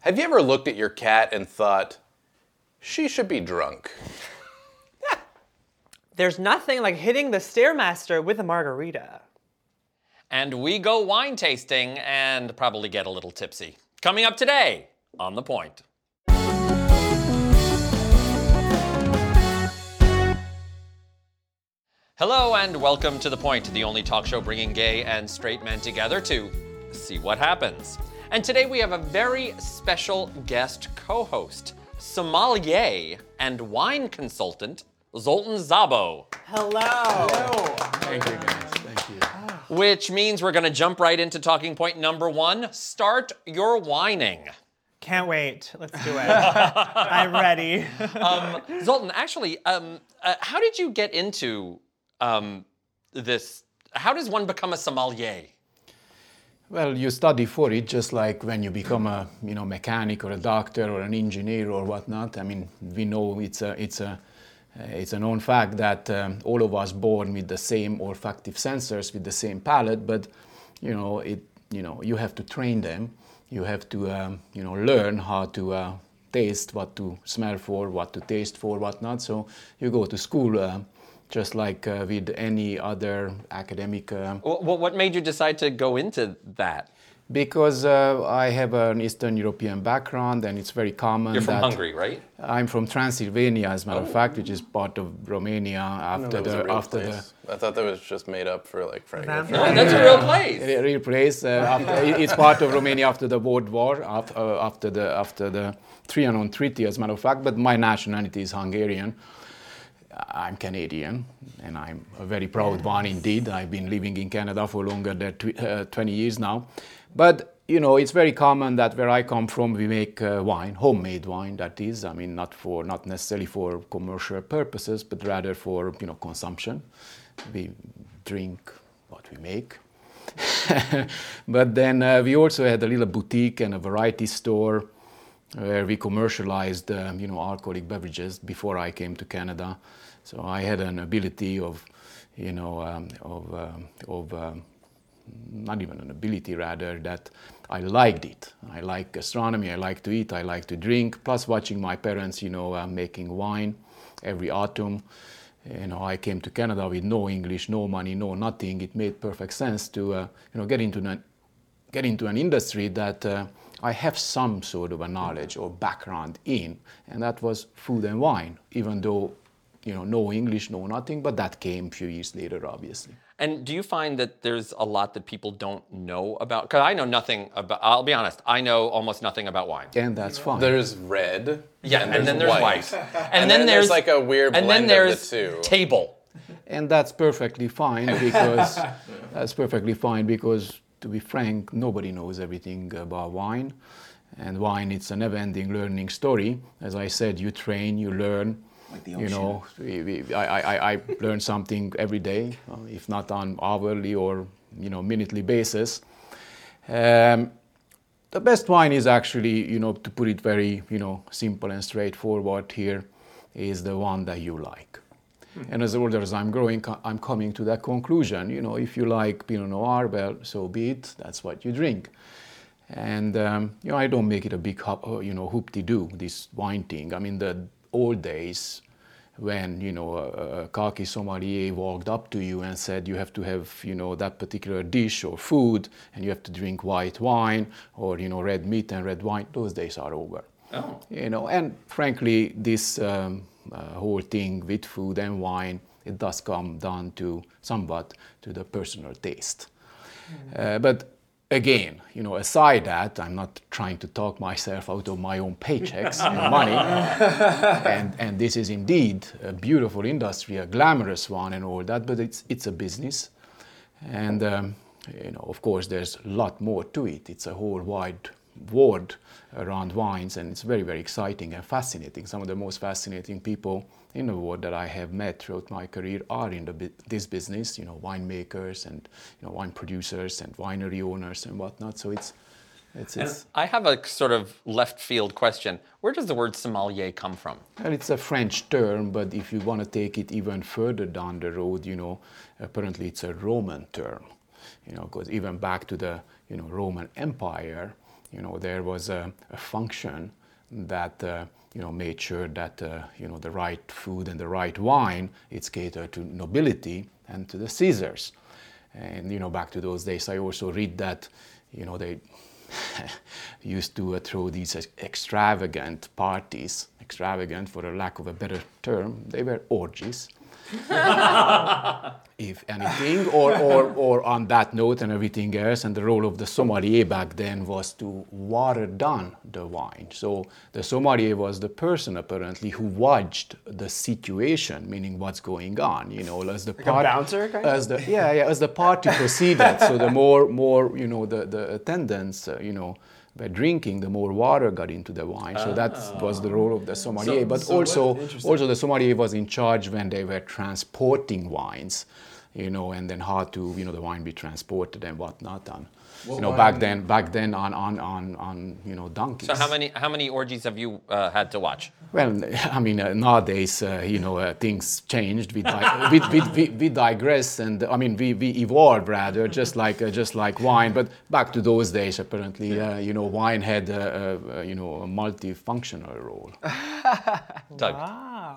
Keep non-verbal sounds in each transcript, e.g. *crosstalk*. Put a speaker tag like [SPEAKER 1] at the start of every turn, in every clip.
[SPEAKER 1] Have you ever looked at your cat and thought, she should be drunk?
[SPEAKER 2] There's nothing like hitting the Stairmaster with a margarita.
[SPEAKER 3] And we go wine tasting and probably get a little tipsy. Coming up today on The Point. Hello and welcome to The Point, the only talk show bringing gay and straight men together to see what happens. And today we have a very special guest co host, sommelier and wine consultant, Zoltan Zabo.
[SPEAKER 2] Hello.
[SPEAKER 4] Thank you, guys. Thank you.
[SPEAKER 3] Which means we're gonna jump right into talking point number one start your whining.
[SPEAKER 2] Can't wait. Let's do it. I'm ready.
[SPEAKER 3] Zoltan, actually, um, uh, how did you get into um, this? How does one become a sommelier?
[SPEAKER 4] Well, you study for it just like when you become a you know mechanic or a doctor or an engineer or whatnot. I mean, we know it's a it's a uh, it's a known fact that um, all of us born with the same olfactive sensors with the same palate, but you know it you know you have to train them. You have to um, you know learn how to uh, taste, what to smell for, what to taste for, whatnot. So you go to school. Uh, just like uh, with any other academic uh,
[SPEAKER 3] What, what made you decide to go into that?
[SPEAKER 4] because uh, I have an Eastern European background, and it's very common.
[SPEAKER 3] You're from
[SPEAKER 4] that
[SPEAKER 3] Hungary, Oh. right?
[SPEAKER 4] I'm from Transylvania, as a matter of fact, which is part of Romania. After the after
[SPEAKER 1] I thought that was just made up for like Frank.
[SPEAKER 3] No, that's a real place.
[SPEAKER 4] the real place, uh, after, it- it's part of Romania after the World War, after, uh, after the after the Trianon Treaty, as a matter of fact. But my nationality is Hungarian. I'm Canadian, and I'm a very proud one indeed. I've been living in Canada for longer than tw- uh, 20 years now. But you know, it's very common that where I come from, we make uh, wine, homemade wine. That is, I mean, not for not necessarily for commercial purposes, but rather for you know consumption. We drink what we make. *laughs* but then uh, we also had a little boutique and a variety store where we commercialized, um, you know, alcoholic beverages before I came to Canada. So I had an ability of, you know, um, of, um, of um, not even an ability, rather that I liked it. I like gastronomy. I like to eat. I like to drink. Plus, watching my parents, you know, uh, making wine every autumn. You know, I came to Canada with no English, no money, no nothing. It made perfect sense to, uh, you know, get into an get into an industry that uh, I have some sort of a knowledge or background in, and that was food and wine. Even though, you know, no English, no nothing, but that came a few years later, obviously.
[SPEAKER 3] And do you find that there's a lot that people don't know about? Because I know nothing about. I'll be honest. I know almost nothing about wine.
[SPEAKER 4] And that's fine.
[SPEAKER 1] There's red.
[SPEAKER 3] Yeah, and, then
[SPEAKER 1] *laughs*
[SPEAKER 3] there's white, and, then, there's,
[SPEAKER 1] like a weird
[SPEAKER 3] and then
[SPEAKER 1] blend of the
[SPEAKER 3] there's
[SPEAKER 1] two.
[SPEAKER 3] table.
[SPEAKER 4] *laughs* and that's perfectly fine because that's perfectly fine because to be frank nobody knows everything about wine and wine it's a never-ending learning story as i said you train you learn you know we, we, I, I- I, I learn something every day uh, if not on hourly or you know minutely basis um, the best wine is actually, you know, to put it very, you know, simple and straightforward here, is the one that you like. And as older as I'm growing, co- I'm coming to that conclusion. You know, if you like Pinot Noir, well, so be it. That's what you drink. And um, you know, I don't make it a big hop, uh, you know, hoop-de-doo this wine thing. I mean, the old days when you know a, a- a khaki sommelier walked up to you and said you have to have you know that particular dish or food and you have to drink white wine or you know red meat and red wine those days are over oh. you know and frankly this um, uh, whole thing with food and wine it does come down to somewhat to the personal taste uh, but again, you know, aside that, I'm not trying to talk myself out of my own paychecks and money. and, and this is indeed a beautiful industry, a glamorous one, and all that. But it's it's a business, and um, you know, of course, there's a lot more to it. It's a whole wide world around wines, and it's very very exciting and fascinating. Some of the most fascinating people in the world that I have met throughout my career are in the, bu- this business. You know, winemakers and you know wine producers and winery owners and whatnot. So it's it's it's.
[SPEAKER 3] I have a sort of left field question. Where does the word sommelier come from?
[SPEAKER 4] Well, it's a French term, but if you want to take it even further down the road, you know, apparently it's a Roman term, you know, because even back to the you know Roman Empire, you know, there was a, a function that uh, you know made sure that uh, you know the right food and the right wine it's catered to nobility and to the Caesars. And you know, back to those days, I also read that you know they *laughs* used to uh, throw these ex- extravagant parties, extravagant for a lack of a better term, they were orgies. if anything, or, or, or on that note and everything else. And the role of the sommelier back then was to water down the wine. So the sommelier was the person apparently who watched the situation, meaning what's going on. You know, as the like party,
[SPEAKER 2] bouncer kind of?
[SPEAKER 4] as the yeah yeah as the party proceeded. so the more more you know the the attendants uh, you know. were drinking, the more water got into the wine, so that was the role of the sommelier. but
[SPEAKER 5] so what-
[SPEAKER 4] also,
[SPEAKER 5] interesting.
[SPEAKER 4] also the sommelier was in charge when they were transporting wines, you know, and then how to, you know, the wine be transported and whatnot. And, you know, back
[SPEAKER 5] wine-
[SPEAKER 4] then, back then on, on, on, on you know, donkeys.
[SPEAKER 3] So how many how many orgies have you uh, had to watch?
[SPEAKER 4] Well, *laughs* I mean, uh, nowadays, uh, you know, uh, things changed. We, di- we, we, we, we digress, and I mean, we, we evolve rather, just like uh, just like wine. But back to those days, apparently, uh, you know, wine had, uh, uh, you know, a multifunctional role.
[SPEAKER 3] Doug.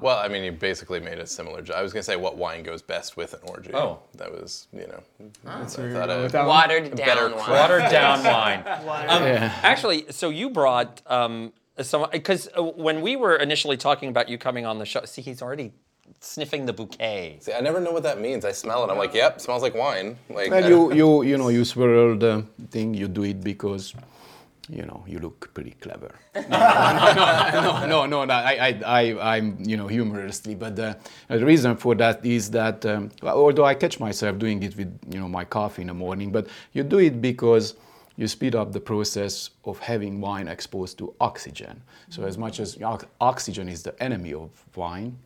[SPEAKER 1] Well, I mean, you basically made a similar. jo- I was gonna say what wine goes best with an orgy.
[SPEAKER 3] Oh. Ah.
[SPEAKER 1] that was you know.
[SPEAKER 5] That's where you're
[SPEAKER 1] thought
[SPEAKER 5] going
[SPEAKER 1] I-
[SPEAKER 5] with that one.
[SPEAKER 6] Watered down
[SPEAKER 1] Better
[SPEAKER 6] wine.
[SPEAKER 1] crop.
[SPEAKER 3] Watered down wine. Um,
[SPEAKER 4] Yeah.
[SPEAKER 3] Actually, so you brought um, some because when we were initially talking about you coming on the show, see, he's already sniffing the bouquet.
[SPEAKER 1] See, I never know what that means. I smell it. I'm like, yep, smells like wine. Like I
[SPEAKER 4] Well,
[SPEAKER 1] don't-
[SPEAKER 4] you, you, you know, you swirl the thing, you do it because, you know, you look pretty clever. No, *laughs* no, no, no, no, no, I, I, I, I'm, you know, humorously, but uh, the reason for that is that, um, although I catch myself doing it with, you know, my coffee in the morning, but you do it because you speed up the process of having wine exposed to oxygen. So as much as ox- oxygen is the enemy of wine,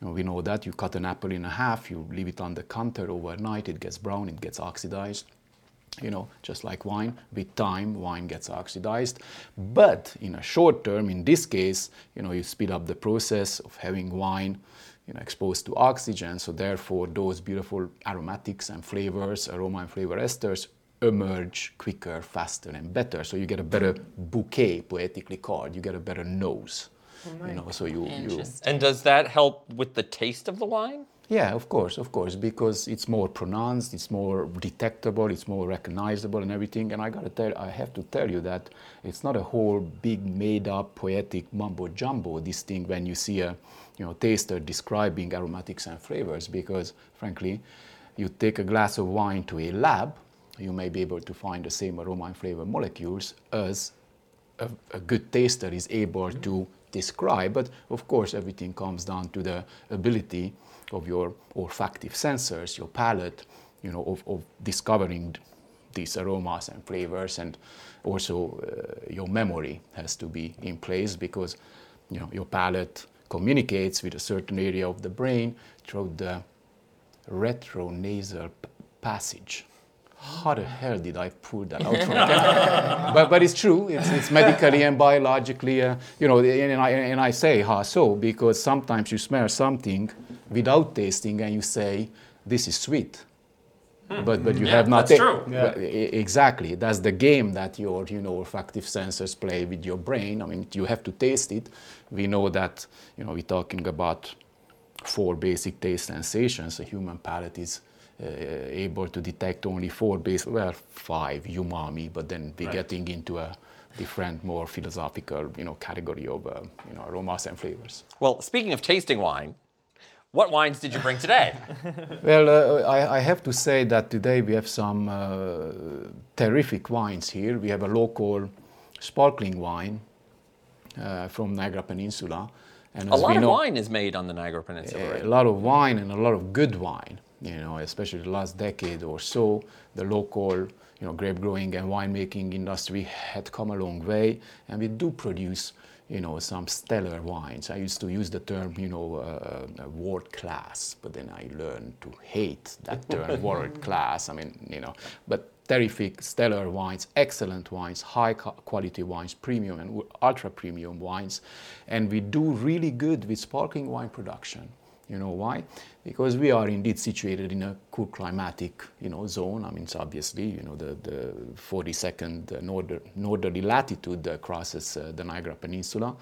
[SPEAKER 4] and we know that you cut an apple in half, you leave it on the counter overnight, it gets brown, it gets oxidized. You know, just like wine, with time, wine gets oxidized. But in a short term, in this case, you know, you speed up the process of having wine, you know, exposed to oxygen. So therefore, those beautiful aromatics and flavors, aroma and flavor esters, emerge quicker, faster, and better. So you get a better bouquet, poetically called. You get a better nose. You know, so you you
[SPEAKER 6] Interesting.
[SPEAKER 3] And does that help with the taste of the wine?
[SPEAKER 4] yeah, of course, of course, because it's more pronounced, it's more detectable, it's more recognizable, and everything. And I gotta tell, I have to tell you that it's not a whole big made-up poetic mumbo jumbo. This thing when you see a, you know, taster describing aromatics and flavors, because frankly, you take a glass of wine to a lab, you may be able to find the same aroma and flavor molecules as a, a good taster is able to describe. But of course, everything comes down to the ability of your olfactive sensors, your palate, you know, of, of discovering these aromas and flavors, and also uh, your memory has to be in place because, you know, your palate communicates with a certain area of the brain through the retronasal p- passage. How the hell did I pull that out from but, but it's true. It's, it's medically and biologically, uh, you know, and I, and I say how so because sometimes you smell something without tasting and you say, this is sweet. But, but you have not
[SPEAKER 3] Mm-hmm. that's true.
[SPEAKER 4] but e- Exactly. That's the game that your you know olfactive sensors play with your brain. I mean, you have to taste it. We know that you know we're talking about four basic taste sensations. The human palate is uh, able to detect only four basic, well, five umami, but then we're getting into a different, more philosophical you know category of uh, you know aromas and flavors.
[SPEAKER 3] Well, speaking of tasting wine, what wines did you bring
[SPEAKER 4] *laughs*
[SPEAKER 3] today?
[SPEAKER 4] Well, uh, I, I have to say that today we have some uh, terrific wines here. We have a local sparkling wine uh, from Niagara Peninsula, and
[SPEAKER 3] a
[SPEAKER 4] as we
[SPEAKER 3] lot of
[SPEAKER 4] know,
[SPEAKER 3] wine is made on the Niagara Peninsula.
[SPEAKER 4] Eh, a
[SPEAKER 3] right?
[SPEAKER 4] lot of wine and a lot of good wine. You know, especially the last decade or so, the local you know grape growing and winemaking industry had come a long way, and we do produce you know some stellar wines. I used to use the term you know uh, world class, but then I learned to hate that term world class. I mean you know, but terrific, stellar wines, excellent wines, high co- quality wines, premium and ultra premium wines, and we do really good with sparkling wine production You know why? Because we are indeed situated in a cool climatic, you know, zone. I mean, it's obviously, you know, the, the 42nd norther, northerly latitude uh, crosses uh, the Niagara Peninsula,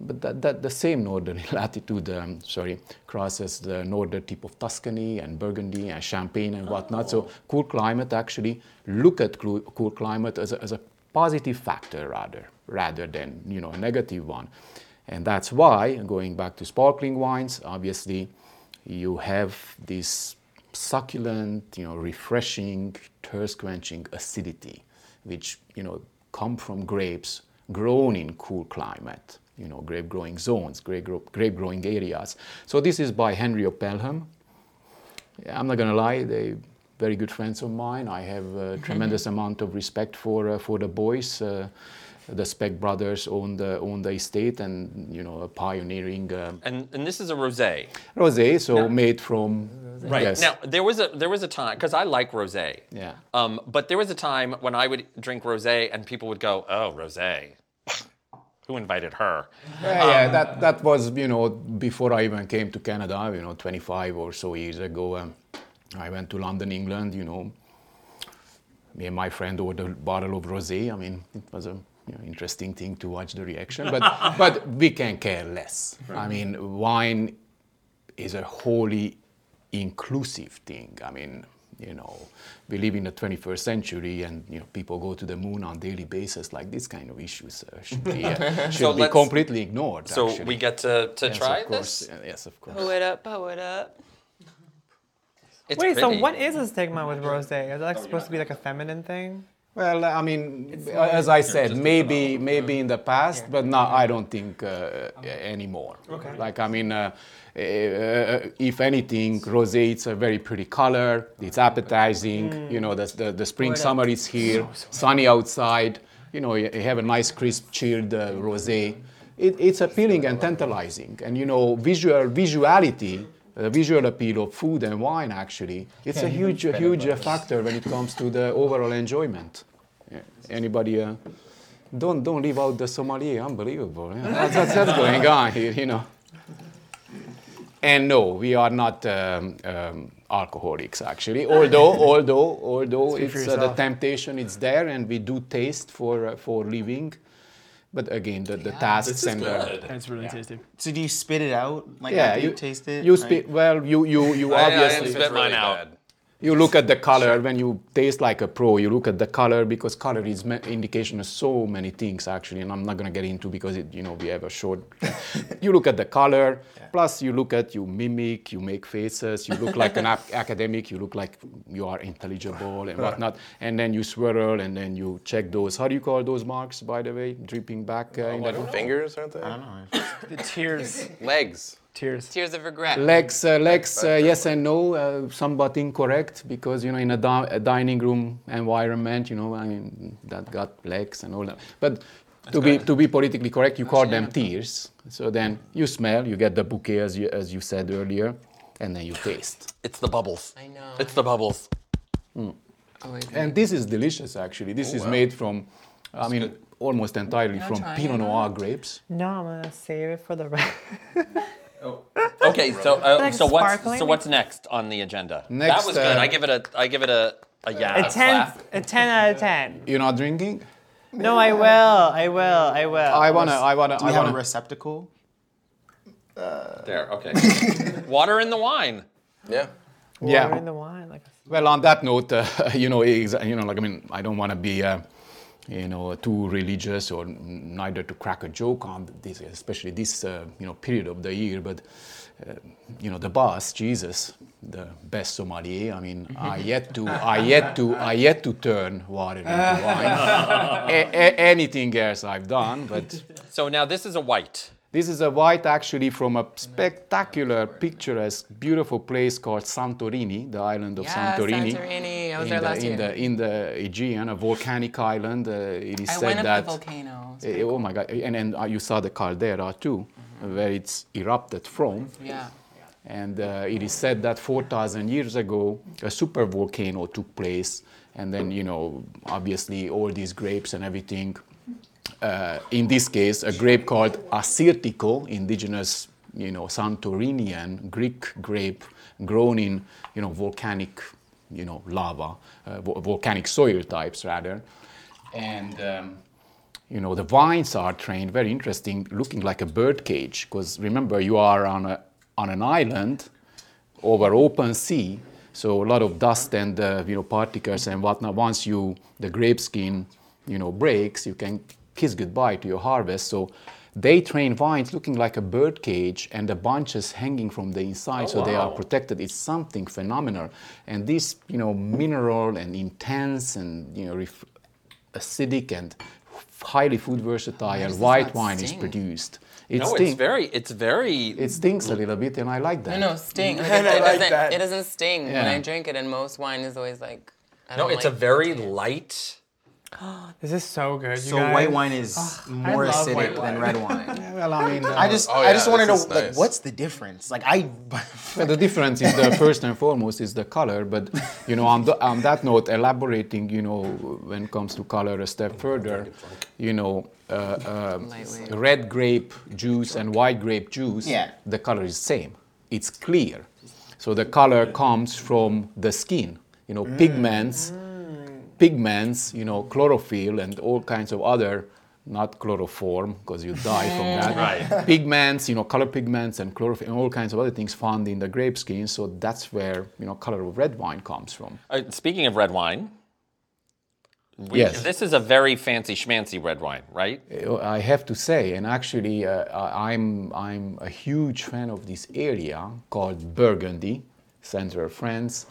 [SPEAKER 4] but that, that the same northerly *laughs* latitude, um, sorry, crosses the northern tip of Tuscany and Burgundy and Champagne and whatnot. So cool climate actually look at cool, cool climate as a, as a positive factor rather rather than you know a negative one. And that's why, going back to sparkling wines, obviously you have this succulent, you know, refreshing, thirst-quenching acidity, which, you know, come from grapes grown in cool climate, you know, grape growing zones, grape, gro- grape growing areas. So this is by Henry of Pelham. Yeah, I'm not gonna lie, they very good friends of mine. I have
[SPEAKER 3] Mm-hmm.
[SPEAKER 4] a tremendous amount of respect for uh, for the boys. Uh, the Speck brothers own the own the estate, and you know, a pioneering uh,
[SPEAKER 3] And and this is a rosé.
[SPEAKER 4] rosé, so made from
[SPEAKER 3] Right.
[SPEAKER 4] yes.
[SPEAKER 3] Now there was a there was a time because I like rosé.
[SPEAKER 4] Yeah.
[SPEAKER 3] Um, but there was a time when I would drink rosé and people would go, "Oh, rosé." Who invited her?
[SPEAKER 4] Yeah, yeah, that that was you know before I even came to Canada, you know, 25 or so years ago. Um, I went to London, England. You know, me and my friend ordered a bottle of rosé. I mean, it was a you know, interesting thing to watch the reaction, but but we can care less. I mean, wine is a wholly inclusive thing. I mean, you know, we live in the 21st century, and you know, people go to the moon on daily basis. Like these kind of issues uh, should be uh, should be
[SPEAKER 3] let's-
[SPEAKER 4] completely ignored.
[SPEAKER 3] So
[SPEAKER 4] actually.
[SPEAKER 3] we get to, to
[SPEAKER 4] yes,
[SPEAKER 3] try
[SPEAKER 4] of course.
[SPEAKER 3] this.
[SPEAKER 4] Yeah, Yes, of course.
[SPEAKER 5] Pull it up, pull it up.
[SPEAKER 3] It's
[SPEAKER 2] Wait, so
[SPEAKER 3] pretty.
[SPEAKER 2] what is a stigma with rosé? Is that like supposed to be like a feminine thing?
[SPEAKER 4] Well, I mean, uh, as I said, maybe
[SPEAKER 3] uh,
[SPEAKER 4] maybe in the past, but now I don't think uh, anymore. Okay. Like I mean, uh, uh, if anything, rosé it's a very pretty color. It's appetizing. You know, the the, the spring summer is here, sunny outside. You know, you you have a nice crisp chilled uh, rosé. It, it's appealing and tantalizing, and you know, visual visuality. The visual appeal of food and wine actually it's a huge a huge uh, factor when it comes to the overall enjoyment yeah. Anybody? Uh, don't don't leave out the sommelier. Unbelievable. Yeah. That's, that's, that's going on here, you know. And no, we are not um, um, alcoholics actually. Although although although it's uh, the temptation it's there, and we do taste for uh, for living. But again, the, the tasks and the,
[SPEAKER 6] That's really tasty.
[SPEAKER 7] So do you spit it out? Like
[SPEAKER 4] yeah,
[SPEAKER 7] after
[SPEAKER 4] you
[SPEAKER 7] you, taste it?
[SPEAKER 4] You
[SPEAKER 7] like-
[SPEAKER 4] spit well. You you you
[SPEAKER 3] I- I
[SPEAKER 4] obviously
[SPEAKER 3] spit mine out.
[SPEAKER 4] you look at the color when you taste like a pro. You look at the color because color is ma- indication of so many things actually, and I'm not gonna get into because it, you know we have a short. *laughs* you look at the color. Plus, you look at you mimic, you make faces. You look like an ap- *laughs* academic. You look like you are intelligible and whatnot. And then you swirl, and then you check those. How do you call those marks, by the way? Dripping back uh, in the
[SPEAKER 1] Fingers, aren't they?
[SPEAKER 6] The tears,
[SPEAKER 1] Legs.
[SPEAKER 6] tears.
[SPEAKER 5] Tears of regret.
[SPEAKER 4] Lex, uh, Lex, uh, yes and no, uh, somewhat incorrect because you know in a, di- a dining room environment, you know, I mean that got Lex and all that. But to be to be politically correct, you call them tears. So then you smell, you get the bouquet as you as you said earlier, and then you taste.
[SPEAKER 3] It's the bubbles.
[SPEAKER 5] I know.
[SPEAKER 3] It's the bubbles.
[SPEAKER 4] And this is delicious actually. This
[SPEAKER 7] Oh,
[SPEAKER 4] is made from, I mean, almost entirely from
[SPEAKER 5] try
[SPEAKER 4] Pinot
[SPEAKER 5] it?
[SPEAKER 4] Noir grapes.
[SPEAKER 2] No, I'm gonna save it for the rest.
[SPEAKER 3] Okay, so uh,
[SPEAKER 2] Like
[SPEAKER 3] so what's
[SPEAKER 2] sparkling?
[SPEAKER 3] so what's next on the agenda? that
[SPEAKER 4] Next,
[SPEAKER 3] was good.
[SPEAKER 4] uh,
[SPEAKER 3] I give it a I give it a a yeah.
[SPEAKER 2] A ten, a ten out of ten.
[SPEAKER 4] You're not drinking?
[SPEAKER 2] No, I will, I will, I will.
[SPEAKER 4] I wanna, I wanna,
[SPEAKER 7] Do we
[SPEAKER 4] I
[SPEAKER 7] have
[SPEAKER 4] wanna.
[SPEAKER 7] a receptacle?
[SPEAKER 3] There. Okay. Water in the wine.
[SPEAKER 1] Yeah.
[SPEAKER 4] yeah.
[SPEAKER 2] Water in the wine, like a-
[SPEAKER 4] Well, on that note, uh, *laughs* you know, exa- you know, like I mean, I don't want to be, uh, you know, too religious or n- neither to crack a joke on this, especially this, uh, you know, period of the year. But, uh, you know, the boss, Jesus, the best sommelier. I mean, I yet to, I yet to, I yet to turn water into wine. A- a- anything else I've done, but.
[SPEAKER 3] So now this is a white.
[SPEAKER 4] This is a white actually from a spectacular, picturesque, beautiful place called Santorini, the island of
[SPEAKER 5] Yeah,
[SPEAKER 4] Santorini.
[SPEAKER 5] Santorini. I was
[SPEAKER 4] in the,
[SPEAKER 5] there last
[SPEAKER 4] in
[SPEAKER 5] year.
[SPEAKER 4] The, in the Aegean, a volcanic island. Uh, it is
[SPEAKER 5] I
[SPEAKER 4] said
[SPEAKER 5] went up
[SPEAKER 4] that.
[SPEAKER 5] the volcano.
[SPEAKER 4] Eh, oh my God! And then uh, you saw the caldera too, where it's erupted from.
[SPEAKER 5] Mm-hmm. Yeah.
[SPEAKER 4] And uh, it is said that 4,000 years ago, a super volcano took place. And then, you know, obviously all these grapes and everything. Uh, in this case, a grape called Assyrtiko, indigenous you know, Santorinian Greek grape grown in, you know, volcanic, you know, lava, uh, vo- volcanic soil types rather. And, um, you know, the vines are trained very interesting, looking like a bird cage. Because remember, you are on, a, on an island over open sea, so a lot of dust and uh, you know particles and whatnot. Once you the grape skin, you know, breaks, you can kiss goodbye to your harvest. So they train vines looking like a bird cage and the bunches hanging from the inside, so they are protected. It's something phenomenal, and this you know mineral and intense and you know ref- acidic and highly food versatile
[SPEAKER 7] does this
[SPEAKER 4] white
[SPEAKER 7] not
[SPEAKER 4] wine is
[SPEAKER 7] sting?
[SPEAKER 4] produced. It
[SPEAKER 3] No, it's
[SPEAKER 4] stinks.
[SPEAKER 3] very, it's very.
[SPEAKER 4] it stinks a little bit, and I like that.
[SPEAKER 5] No, no, *laughs* sting. Like,
[SPEAKER 7] I
[SPEAKER 5] it, it
[SPEAKER 7] like
[SPEAKER 5] doesn't,
[SPEAKER 7] that.
[SPEAKER 5] it doesn't sting when
[SPEAKER 4] Yeah.
[SPEAKER 5] I drink it, and most wine is always like. I
[SPEAKER 3] no,
[SPEAKER 5] don't
[SPEAKER 3] it's a
[SPEAKER 5] like
[SPEAKER 3] very light.
[SPEAKER 2] This is so good. You
[SPEAKER 7] So
[SPEAKER 2] guys.
[SPEAKER 7] white wine is more
[SPEAKER 2] love
[SPEAKER 7] acidic
[SPEAKER 2] white
[SPEAKER 7] than red
[SPEAKER 6] *laughs*
[SPEAKER 7] wine.
[SPEAKER 4] Well, I mean, uh,
[SPEAKER 7] I just,
[SPEAKER 1] Oh,
[SPEAKER 7] I just
[SPEAKER 1] yeah,
[SPEAKER 7] want to know,
[SPEAKER 1] this is
[SPEAKER 7] like,
[SPEAKER 1] nice.
[SPEAKER 7] what's the difference? Like, I,
[SPEAKER 4] Well, *laughs* the difference is the first and foremost is the color, but you know, on, the, on that note, elaborating, you know, when it comes to color a step further, you know, uh, uh,
[SPEAKER 5] Lightweight.
[SPEAKER 4] red grape juice and white grape juice,
[SPEAKER 7] Yeah.
[SPEAKER 4] the color is same. It's clear, so the color comes from the skin. You know, pigments, pigments, you know, chlorophyll and all kinds of other, not chloroform, because you die from that.
[SPEAKER 3] Right.
[SPEAKER 4] Pigments, you know, color pigments and chlorophyll and all kinds of other things found in the grape skin. So that's where, you know, color of red wine comes from.
[SPEAKER 3] Uh, speaking of red wine, we,
[SPEAKER 4] Yes.
[SPEAKER 3] this is a very fancy schmancy red wine, right?
[SPEAKER 4] I have to say, and actually, uh, I- I'm I'm a huge fan of this area called Burgundy, central France.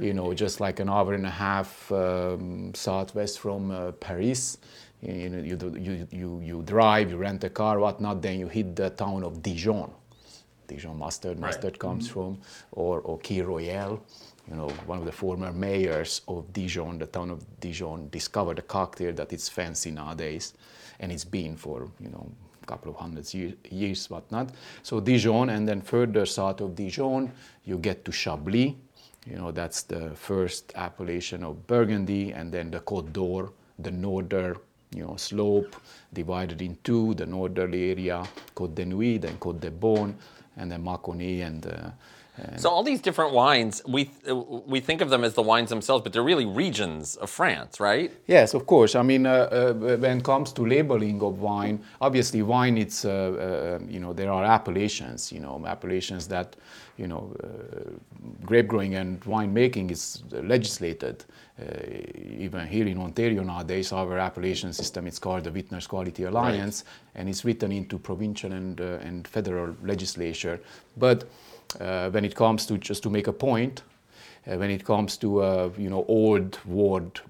[SPEAKER 4] you know, just like an hour and a half um, southwest from uh, Paris. You, you know, you, do- you you you drive, you rent a car, whatnot. Then you hit the town of Dijon. Dijon mustard, mustard comes from, or or Key Royal. You know, one of the former mayors of Dijon, the town of Dijon, discovered a cocktail that it's fancy nowadays, and it's been for you know a couple of hundreds years, years whatnot. So Dijon, and then further south of Dijon, you get to Chablis. You know, that's the first appellation of Burgundy, and then the Côte d'Or, the northern you know, slope divided in two, the northerly area, Côte de Nuit, then Côte de Beaune, and then Maconi and uh,
[SPEAKER 3] So all these different wines, we uh, we think of them as the wines themselves, but they're really regions of France, right?
[SPEAKER 4] Yes, of course. I mean, uh, uh, when it comes to labeling of wine, obviously wine, it's, uh, uh, you know, there are appellations, you know, appellations that, you know, uh, grape growing and wine making is legislated. Uh, even here in Ontario nowadays, our appellation system is called the Witners Quality Alliance, and it's written into provincial and, uh, and federal legislature. But uh, when it comes to, just to make a point, uh, when it comes to uh, you know old world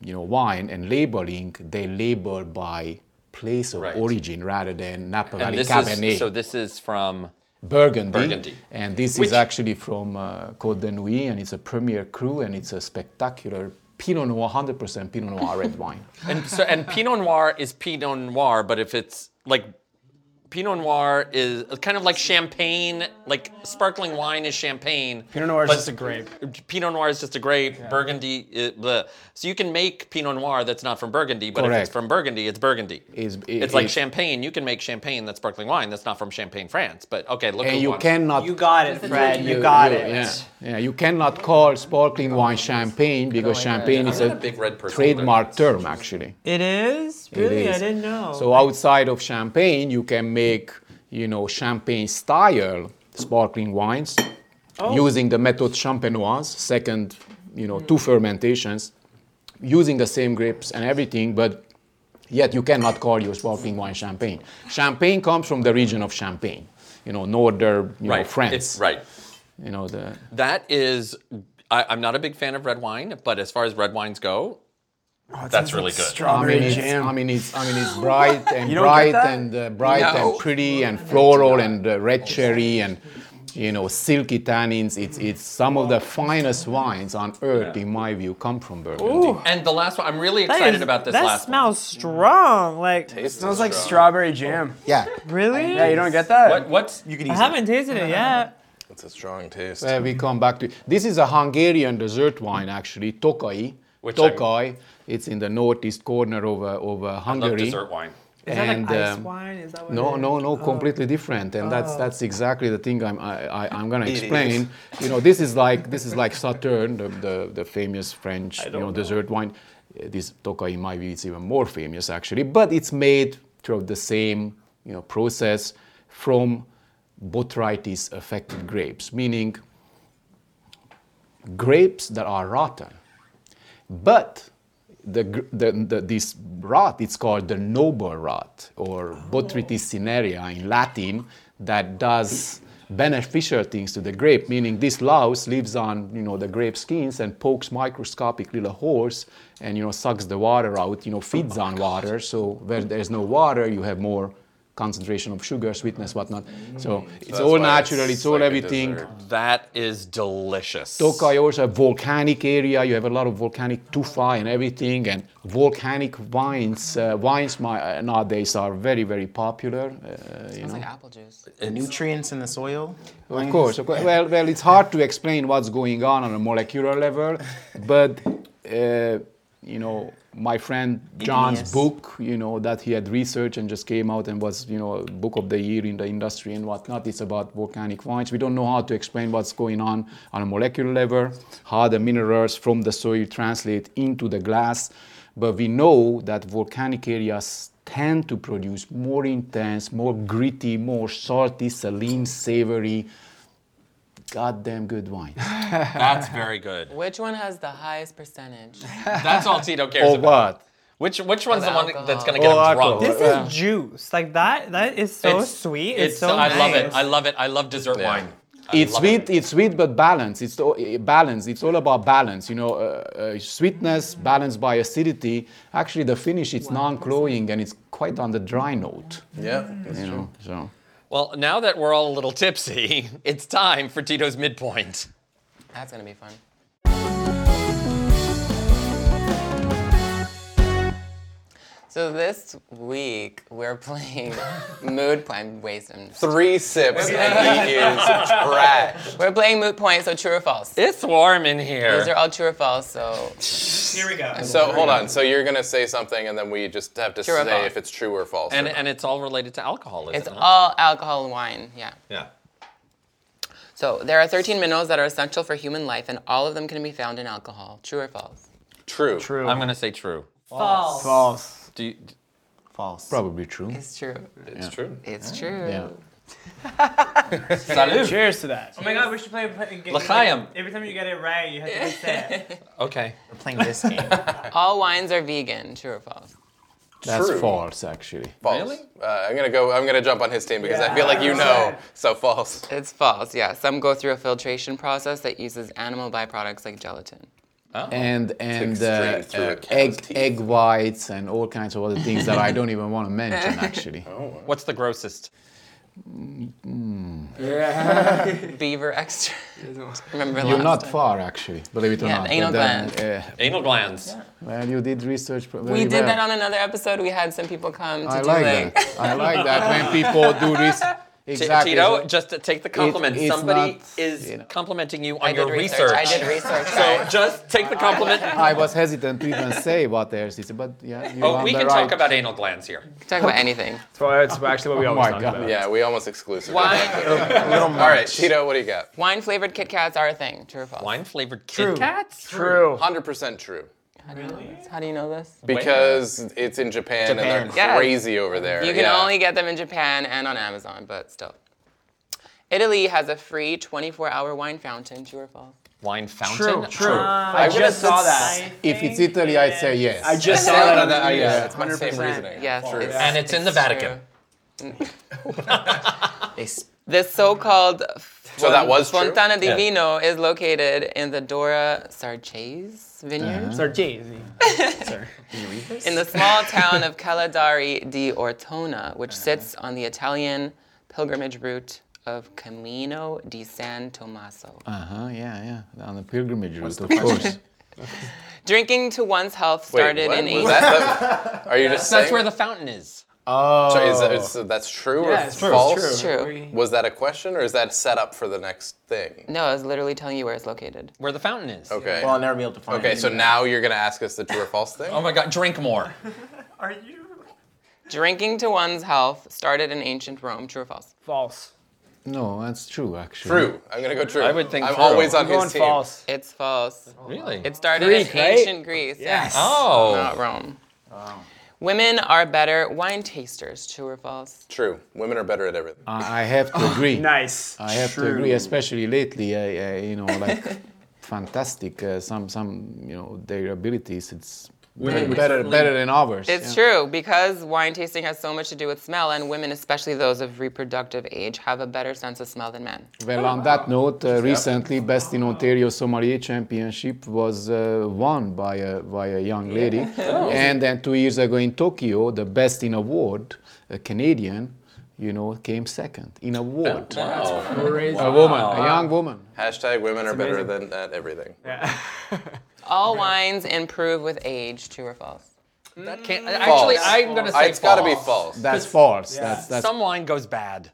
[SPEAKER 4] you know wine and labeling they label by place of
[SPEAKER 3] Right.
[SPEAKER 4] origin rather than Napa
[SPEAKER 3] And
[SPEAKER 4] Valley
[SPEAKER 3] this
[SPEAKER 4] Cabernet
[SPEAKER 3] is so this is from
[SPEAKER 4] Burgundy,
[SPEAKER 3] Burgundy.
[SPEAKER 4] and this
[SPEAKER 3] Which-
[SPEAKER 4] is actually from uh, Côte de Nuit and it's a premier cru and it's a spectacular Pinot Noir 100% Pinot Noir red wine
[SPEAKER 3] and so and Pinot Noir is Pinot Noir, but if it's like Pinot Noir is kind of like champagne, like sparkling wine is champagne.
[SPEAKER 6] Pinot Noir is
[SPEAKER 3] but
[SPEAKER 6] just a grape.
[SPEAKER 3] Pinot Noir is just a grape. Burgundy, is, bleh. so you can make Pinot Noir that's not from Burgundy, but if
[SPEAKER 4] Correct.
[SPEAKER 3] it's from Burgundy, it's Burgundy.
[SPEAKER 4] Is-
[SPEAKER 3] it's like
[SPEAKER 4] is-
[SPEAKER 3] champagne. You can make champagne that's sparkling wine that's not from Champagne, France. But okay, look.
[SPEAKER 4] and
[SPEAKER 3] who
[SPEAKER 4] you
[SPEAKER 3] won.
[SPEAKER 4] cannot
[SPEAKER 2] You got it, Fred. You got it.
[SPEAKER 4] Yeah, yeah. You cannot call sparkling wine champagne because champagne is
[SPEAKER 3] I'm
[SPEAKER 4] a,
[SPEAKER 3] not a big red person, but-
[SPEAKER 4] trademark term actually.
[SPEAKER 2] It is
[SPEAKER 4] It
[SPEAKER 2] really. I
[SPEAKER 4] is.
[SPEAKER 2] didn't know.
[SPEAKER 4] So outside of champagne, you can make, you know, champagne style sparkling wines
[SPEAKER 2] Oh.
[SPEAKER 4] using the method champenoise, second, you know,
[SPEAKER 2] Hmm.
[SPEAKER 4] two fermentations, using the same grapes and everything, but yet you cannot call your sparkling wine champagne. Champagne comes from the region of Champagne, you know, northern, you know,
[SPEAKER 3] right.
[SPEAKER 4] France.
[SPEAKER 3] It's, right.
[SPEAKER 4] You know, the
[SPEAKER 3] That is, I, I'm not a big fan of red wine, but as far as red wines go, that's really good.
[SPEAKER 4] I mean,
[SPEAKER 6] Strawberry
[SPEAKER 4] it's,
[SPEAKER 6] jam.
[SPEAKER 4] I mean, it's, I mean,
[SPEAKER 6] *laughs*
[SPEAKER 4] it's bright and
[SPEAKER 6] You don't get
[SPEAKER 4] bright
[SPEAKER 6] that?
[SPEAKER 4] and uh, bright
[SPEAKER 3] No.
[SPEAKER 4] and pretty and floral and uh, red cherry and you know silky tannins. It's it's some of the finest wines on earth, in my view, come from Burgundy.
[SPEAKER 3] And the last one, I'm really
[SPEAKER 2] That
[SPEAKER 3] excited
[SPEAKER 2] is-
[SPEAKER 3] about this
[SPEAKER 2] That
[SPEAKER 3] last
[SPEAKER 2] smells strong. Like
[SPEAKER 1] It
[SPEAKER 6] Smells like strawberry jam.
[SPEAKER 7] yeah.
[SPEAKER 2] really?
[SPEAKER 6] Yeah, you don't get
[SPEAKER 3] one.
[SPEAKER 6] that.
[SPEAKER 3] What, what's
[SPEAKER 7] You can
[SPEAKER 2] I
[SPEAKER 7] easily.
[SPEAKER 2] haven't tasted it yet.
[SPEAKER 1] It's a strong taste.
[SPEAKER 4] Uh, we come back to this is a Hungarian dessert wine actually, Tokai.
[SPEAKER 3] Which I'm-
[SPEAKER 4] Tokai. It's in the northeast corner of uh, of uh,
[SPEAKER 3] love
[SPEAKER 4] Hungary.
[SPEAKER 3] dessert wine?
[SPEAKER 2] Is that
[SPEAKER 4] And,
[SPEAKER 2] like ice
[SPEAKER 4] um,
[SPEAKER 2] wine? Is that what
[SPEAKER 4] No,
[SPEAKER 2] it is?
[SPEAKER 4] no, no, completely different, and that's that's exactly the thing I'm I, I, I'm gonna
[SPEAKER 1] is.
[SPEAKER 4] explain. You know, this is like this is like Sauterne, the, the, the famous French you know, dessert wine. Uh, This Toka, in my view, it's even more famous actually, but it's made through the same you know process from botrytis affected grapes, meaning grapes that are rotten. But the, gr- the, the, this rot, it's called the noble rot or botrytis cinerea in Latin, that does beneficial things to the grape, meaning this louse lives on, you know, the grape skins and pokes microscopic little holes and, you know, sucks the water out, you know, feeds on water. So where there's no water, you have more concentration of sugar, sweetness, whatnot. So it's
[SPEAKER 1] Mm-hmm. that's
[SPEAKER 4] all
[SPEAKER 1] why
[SPEAKER 4] natural, it's,
[SPEAKER 1] it's
[SPEAKER 4] all
[SPEAKER 1] like a
[SPEAKER 4] everything.
[SPEAKER 1] dessert.
[SPEAKER 3] That is delicious.
[SPEAKER 4] Tokai also a volcanic area. You have a lot of volcanic tufa and everything, and volcanic wines. Uh, wines my, uh, nowadays are very, very popular. Uh, you
[SPEAKER 5] It's
[SPEAKER 4] know.
[SPEAKER 5] like apple juice.
[SPEAKER 7] The nutrients in the soil.
[SPEAKER 4] Of course, of course. Well, well, it's hard to explain what's going on on a molecular level, but uh, you know, my friend John's
[SPEAKER 7] Igneous.
[SPEAKER 4] book, you know, that he had researched and just came out and was, you know, book of the year in the industry and whatnot. It's about volcanic wines. We don't know how to explain what's going on on a molecular level, how the minerals from the soil translate into the glass, but we know that volcanic areas tend to produce more intense, more gritty, more salty, saline, savory, goddamn good wine.
[SPEAKER 3] That's
[SPEAKER 2] *laughs*
[SPEAKER 3] very good.
[SPEAKER 5] Which one has the highest percentage?
[SPEAKER 3] That's all Tito cares
[SPEAKER 2] Oh,
[SPEAKER 4] or
[SPEAKER 3] about.
[SPEAKER 4] what?
[SPEAKER 3] Which which one's
[SPEAKER 5] Of
[SPEAKER 3] the one
[SPEAKER 5] alcohol.
[SPEAKER 3] that's gonna get
[SPEAKER 4] Or
[SPEAKER 3] him drunk?
[SPEAKER 4] alcohol.
[SPEAKER 2] This
[SPEAKER 4] Yeah.
[SPEAKER 2] is juice. Like that. That is so sweet. Oh, It's, so
[SPEAKER 3] I
[SPEAKER 2] nice.
[SPEAKER 3] love it. I love it. I love dessert
[SPEAKER 1] Yeah.
[SPEAKER 3] wine. I
[SPEAKER 4] it's
[SPEAKER 3] love it.
[SPEAKER 4] sweet it's sweet but balance it's all, eh, balance it's all about balance you know uh, uh, sweetness balanced by acidity actually the finish it's non-cloying and it's quite on the dry note
[SPEAKER 1] Yeah, that's
[SPEAKER 4] you
[SPEAKER 1] true.
[SPEAKER 4] know so
[SPEAKER 3] Well, now that we're all a little tipsy, *laughs* it's time for Tito's midpoint.
[SPEAKER 5] That's gonna be fun. So this week
[SPEAKER 4] *laughs*
[SPEAKER 5] we're playing mood point. I'm wasting.
[SPEAKER 1] Three sips and he is trash.
[SPEAKER 5] We're playing mood point. So true or false?
[SPEAKER 3] It's warm in here.
[SPEAKER 5] These are all true or false. So
[SPEAKER 2] Here we go.
[SPEAKER 1] So hold on. So you're gonna say something and then we just have to
[SPEAKER 5] True or
[SPEAKER 1] say
[SPEAKER 5] false?
[SPEAKER 1] if it's true or false.
[SPEAKER 3] and
[SPEAKER 1] or not.
[SPEAKER 3] and it's all related to alcohol, is
[SPEAKER 5] it's
[SPEAKER 3] it? not?
[SPEAKER 5] all alcohol and wine. Yeah.
[SPEAKER 3] yeah.
[SPEAKER 5] So there are 13 minerals that are essential for human life, and all of them can be found in alcohol. True or false?
[SPEAKER 1] true.
[SPEAKER 7] True.
[SPEAKER 3] I'm gonna say true.
[SPEAKER 2] False.
[SPEAKER 6] False.
[SPEAKER 3] Do you,
[SPEAKER 7] False.
[SPEAKER 4] probably true
[SPEAKER 5] It's true.
[SPEAKER 1] It's true.
[SPEAKER 5] It's true.
[SPEAKER 4] yeah
[SPEAKER 3] Salud.
[SPEAKER 6] Cheers to that.
[SPEAKER 2] Oh my god, we should play a play- game.
[SPEAKER 3] L'chaim.
[SPEAKER 2] Every time you get it right, you have to reset. *laughs*
[SPEAKER 3] Okay.
[SPEAKER 7] We're playing this game.
[SPEAKER 5] All wines are vegan. True or false?
[SPEAKER 4] that's
[SPEAKER 1] True.
[SPEAKER 4] false actually
[SPEAKER 1] False.
[SPEAKER 3] Really?
[SPEAKER 1] Uh, I'm gonna go. I'm gonna jump on his team because I feel like you know.
[SPEAKER 2] 100%.
[SPEAKER 1] So false.
[SPEAKER 5] It's false. Yeah. Some go through a filtration process that uses animal byproducts like gelatin.
[SPEAKER 4] and and uh,
[SPEAKER 1] extreme through a
[SPEAKER 4] uh,
[SPEAKER 1] cow's
[SPEAKER 4] egg
[SPEAKER 1] teeth.
[SPEAKER 4] egg whites and all kinds of other things that I don't even want to mention actually.
[SPEAKER 1] Oh,
[SPEAKER 3] What's the grossest?
[SPEAKER 5] Beaver extra. Remember last
[SPEAKER 4] You're not
[SPEAKER 5] time?
[SPEAKER 4] far actually, believe it or
[SPEAKER 5] Yeah,
[SPEAKER 4] not.
[SPEAKER 5] anal
[SPEAKER 4] But then, uh,
[SPEAKER 3] Anal glands.
[SPEAKER 4] well, you did research. pro-
[SPEAKER 5] We
[SPEAKER 4] very
[SPEAKER 5] did
[SPEAKER 4] well.
[SPEAKER 5] that on another episode. We had some people come to
[SPEAKER 4] I
[SPEAKER 5] do
[SPEAKER 4] like
[SPEAKER 5] like.
[SPEAKER 4] that. I like that when people do this.
[SPEAKER 3] T-
[SPEAKER 4] Exactly.
[SPEAKER 3] Tito, just to take the compliment.
[SPEAKER 4] it's
[SPEAKER 3] Somebody
[SPEAKER 4] not,
[SPEAKER 3] is
[SPEAKER 4] you know.
[SPEAKER 3] complimenting you on
[SPEAKER 5] I did
[SPEAKER 3] your
[SPEAKER 5] research.
[SPEAKER 3] research.
[SPEAKER 5] I did research.
[SPEAKER 3] So *laughs*
[SPEAKER 5] guys.
[SPEAKER 3] just take the
[SPEAKER 5] *laughs*
[SPEAKER 3] compliment.
[SPEAKER 4] I was hesitant to even say what theirs is, but yeah, you
[SPEAKER 3] Oh,
[SPEAKER 4] are
[SPEAKER 3] we
[SPEAKER 4] the
[SPEAKER 3] can
[SPEAKER 4] right.
[SPEAKER 3] talk about anal glands here.
[SPEAKER 5] Talk about anything.
[SPEAKER 6] That's why- That's actually what we always
[SPEAKER 4] Oh my
[SPEAKER 6] talk
[SPEAKER 4] God.
[SPEAKER 6] about.
[SPEAKER 1] Yeah, we almost exclusive.
[SPEAKER 5] Wine,
[SPEAKER 1] All right, Tito, what do you got?
[SPEAKER 5] wine flavored Kit Kats are a thing. True or false?
[SPEAKER 3] Wine flavored Kit Kats?
[SPEAKER 6] True.
[SPEAKER 1] 100% true.
[SPEAKER 5] How do you know this?
[SPEAKER 1] Because it's in Japan, and they're
[SPEAKER 7] Japan.
[SPEAKER 5] Yes.
[SPEAKER 1] crazy over there.
[SPEAKER 5] You can
[SPEAKER 1] Yeah.
[SPEAKER 5] only get them in Japan and on Amazon, but still. Italy has a free 24-hour wine fountain. True or false?
[SPEAKER 3] Wine fountain?
[SPEAKER 6] True. True.
[SPEAKER 4] I
[SPEAKER 6] I just
[SPEAKER 4] guess
[SPEAKER 6] saw
[SPEAKER 4] it's-
[SPEAKER 6] that.
[SPEAKER 4] If it's Italy, I'd say yes.
[SPEAKER 6] I just saw
[SPEAKER 1] Yeah,
[SPEAKER 6] that. on the
[SPEAKER 1] that-
[SPEAKER 6] news.
[SPEAKER 1] yeah, it's my same reasoning.
[SPEAKER 5] Yes. it's-
[SPEAKER 3] And it's in the Vatican.
[SPEAKER 7] They s-
[SPEAKER 5] The so-called
[SPEAKER 1] So that was true?
[SPEAKER 5] Fontana di
[SPEAKER 3] Yeah.
[SPEAKER 5] Vino is located in the Dora Sarces vineyard
[SPEAKER 6] It's our Jay-Z.
[SPEAKER 5] in the small town of Caladari di Ortona, which sits on the Italian pilgrimage route of Camino di San Tommaso.
[SPEAKER 4] Uh-huh, yeah, yeah. On the pilgrimage route, of course.
[SPEAKER 5] Drinking to one's health
[SPEAKER 1] Wait,
[SPEAKER 5] started
[SPEAKER 1] what?
[SPEAKER 5] in
[SPEAKER 1] Was
[SPEAKER 5] 18...
[SPEAKER 1] that the- Are you just
[SPEAKER 3] That's
[SPEAKER 1] saying-
[SPEAKER 3] where the fountain is.
[SPEAKER 1] So
[SPEAKER 3] Oh.
[SPEAKER 1] is that- is- so that's true or
[SPEAKER 6] Yeah, it's true.
[SPEAKER 1] false?
[SPEAKER 6] It's
[SPEAKER 5] True.
[SPEAKER 1] Was that a question or is that set up for the next thing?
[SPEAKER 5] No, I was literally telling you where it's located.
[SPEAKER 3] Where the fountain is.
[SPEAKER 1] Okay.
[SPEAKER 7] Well, I'll never be able to find
[SPEAKER 1] Oh okay, so now you're going to ask us the true or false thing?
[SPEAKER 3] Oh my god, drink more.
[SPEAKER 2] Are you?
[SPEAKER 5] Drinking to one's health started in ancient Rome. True or false?
[SPEAKER 6] False.
[SPEAKER 4] No, that's true actually.
[SPEAKER 1] True. I'm gonna go true. I
[SPEAKER 3] would think
[SPEAKER 1] I'm
[SPEAKER 3] true.
[SPEAKER 1] always on
[SPEAKER 6] I'm going
[SPEAKER 1] his team.
[SPEAKER 6] false.
[SPEAKER 5] It's false.
[SPEAKER 3] Really?
[SPEAKER 5] It started
[SPEAKER 6] Greek,
[SPEAKER 5] in
[SPEAKER 6] right?
[SPEAKER 5] ancient Greece. Yes.
[SPEAKER 3] oh.
[SPEAKER 5] Not Rome. Women are better wine tasters. True or false?
[SPEAKER 1] True. Women are better at everything.
[SPEAKER 4] I I have to agree.
[SPEAKER 6] Nice.
[SPEAKER 4] I have to agree, especially lately. I, I you know, like *laughs* fantastic. Uh, some, some, you know, their abilities. It's better, better, better than ours.
[SPEAKER 5] It's true because wine tasting has so much to do with smell, and women, especially those of reproductive age, have a better sense of smell than men.
[SPEAKER 4] Well, on that note, uh, recently, Best in Ontario Sommelier Championship was uh, won by a, by a young lady. And then two years ago in Tokyo, the Best in Award, a Canadian, you know, came second in award. A woman, a young woman.
[SPEAKER 1] Hashtag women are better than at everything.
[SPEAKER 5] All wines improve with age. True or false?
[SPEAKER 3] That can't. Actually, I'm gonna say
[SPEAKER 1] It's gotta be
[SPEAKER 3] false.
[SPEAKER 1] false.
[SPEAKER 4] That's false. That's, that's
[SPEAKER 3] Some wine goes bad.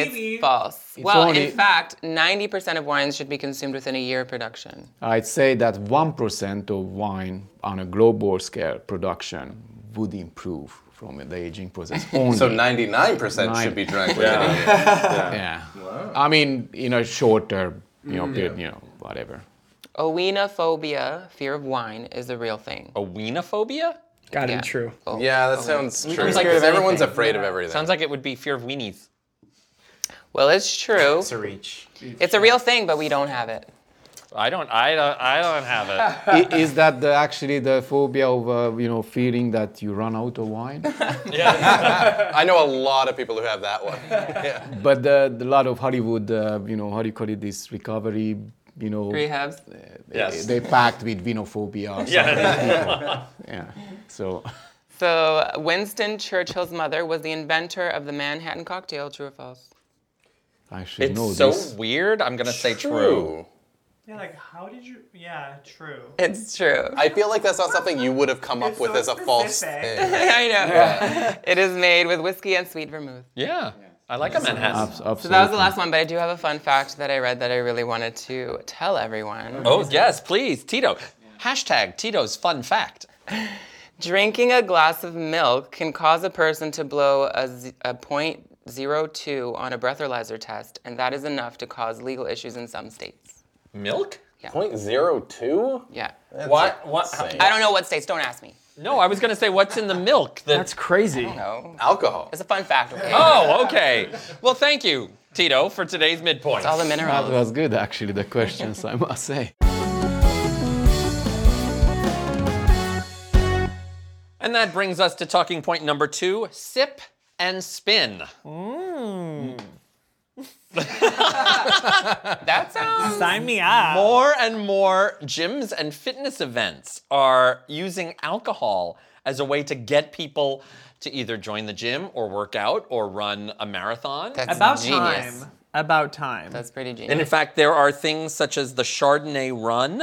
[SPEAKER 5] It's false. well,
[SPEAKER 4] only-
[SPEAKER 5] in fact, 90% of wines should be consumed within a year of production.
[SPEAKER 4] I'd say that 1% of wine on a global scale production would improve from the aging process only.
[SPEAKER 1] So 99% should be drank within a year.
[SPEAKER 4] yeah. I mean, in a shorter, you know, period, you know, whatever.
[SPEAKER 5] Owenophobia, fear of wine, is a real thing.
[SPEAKER 3] A weenophobia?
[SPEAKER 6] Gotta
[SPEAKER 5] Yeah.
[SPEAKER 6] be true.
[SPEAKER 1] Yeah, that sounds true.
[SPEAKER 7] like
[SPEAKER 1] Because everyone's
[SPEAKER 7] anything.
[SPEAKER 1] afraid of everything.
[SPEAKER 3] Sounds like it would be fear of weenies.
[SPEAKER 5] Well, it's true.
[SPEAKER 7] to reach.
[SPEAKER 5] It's a real thing, but we don't have it.
[SPEAKER 3] I don't. I don't. I don't have it.
[SPEAKER 4] I- Is that the, actually the phobia of, uh, you know, feeling that you run out of
[SPEAKER 5] *laughs*
[SPEAKER 4] wine?
[SPEAKER 1] I know a lot of people who have that one.
[SPEAKER 4] but the, the lot of Hollywood, uh, you know, how do you call it, this recovery, you know,
[SPEAKER 5] Rehabs.
[SPEAKER 3] Yes.
[SPEAKER 4] they packed with vinophobia.
[SPEAKER 3] *laughs*
[SPEAKER 4] Yeah. yeah. So.
[SPEAKER 5] So, Winston Churchill's mother was the inventor of the Manhattan cocktail. True or false?
[SPEAKER 4] I should
[SPEAKER 3] It's
[SPEAKER 4] know
[SPEAKER 3] so
[SPEAKER 4] this.
[SPEAKER 3] weird. I'm gonna say true.
[SPEAKER 2] Yeah, like how did you? Yeah, true.
[SPEAKER 5] It's true.
[SPEAKER 1] I feel like that's not something you would have come up
[SPEAKER 2] It's
[SPEAKER 1] with
[SPEAKER 2] so
[SPEAKER 1] as a false
[SPEAKER 2] specific.
[SPEAKER 1] thing.
[SPEAKER 5] I know. It is made with whiskey and sweet vermouth.
[SPEAKER 3] Yeah. I like a Manhattan.
[SPEAKER 4] Abs-
[SPEAKER 5] So that was
[SPEAKER 4] absolutely.
[SPEAKER 5] the last one, but I do have a fun fact that I read that I really wanted to tell everyone.
[SPEAKER 3] Oh yes, please, Tito. Hashtag Tito's fun fact.
[SPEAKER 5] Drinking a glass of milk can cause a person to blow a, z- a 0.02 on a breathalyzer test, and that is enough to cause legal issues in some states.
[SPEAKER 3] Milk?
[SPEAKER 1] Point zero two?
[SPEAKER 5] Yeah.
[SPEAKER 3] What? What?
[SPEAKER 5] I don't know what states, don't ask me.
[SPEAKER 3] No, I was gonna say what's in the milk. That,
[SPEAKER 6] That's crazy.
[SPEAKER 5] No.
[SPEAKER 1] Alcohol.
[SPEAKER 5] It's a fun
[SPEAKER 6] *laughs*
[SPEAKER 5] fact, okay?
[SPEAKER 3] oh, okay. Well, thank you, Tito, for today's midpoint.
[SPEAKER 5] All the
[SPEAKER 4] That
[SPEAKER 5] minerals.
[SPEAKER 4] was good, actually, the questions, I must say.
[SPEAKER 3] And that brings us to talking point number two: sip and spin.
[SPEAKER 5] That sounds
[SPEAKER 2] Sign me up.
[SPEAKER 3] More and more gyms and fitness events are using alcohol as a way to get people to either join the gym or work out or run a marathon.
[SPEAKER 5] that's
[SPEAKER 2] About
[SPEAKER 5] genius.
[SPEAKER 2] time. About time.
[SPEAKER 5] That's pretty
[SPEAKER 3] and in
[SPEAKER 5] genius.
[SPEAKER 3] fact, there are things such as the Chardonnay Run,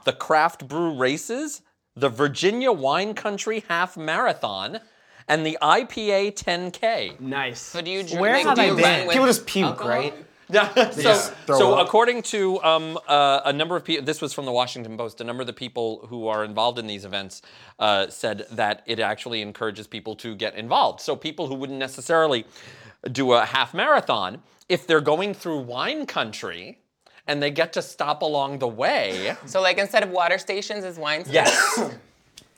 [SPEAKER 3] *gasps* the Craft Brew Races, the Virginia Wine Country Half Marathon, and the IPA 10K.
[SPEAKER 6] Nice.
[SPEAKER 5] So do you drink?
[SPEAKER 2] Where
[SPEAKER 5] like,
[SPEAKER 2] have
[SPEAKER 5] do
[SPEAKER 2] I
[SPEAKER 5] you
[SPEAKER 2] been?
[SPEAKER 5] run with
[SPEAKER 7] People just puke,
[SPEAKER 5] alcohol?
[SPEAKER 7] right?
[SPEAKER 3] *laughs* so,
[SPEAKER 7] throw
[SPEAKER 3] so
[SPEAKER 7] up.
[SPEAKER 3] according to um, uh, a number of people, this was from the Washington Post. A number of the people who are involved in these events uh, said that it actually encourages people to get involved. So people who wouldn't necessarily do a half marathon, if they're going through wine country and they get to stop along the way,
[SPEAKER 5] So like instead of water stations is wine stations? *laughs*
[SPEAKER 3] yes,